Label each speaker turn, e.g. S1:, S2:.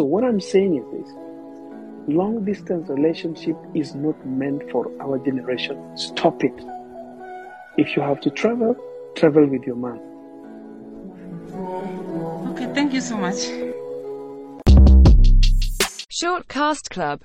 S1: So, what I'm saying is this long distance relationship is not meant for our generation. Stop it. If you have to travel, travel with your man.
S2: Okay, thank you so much.
S3: Shortcast Club.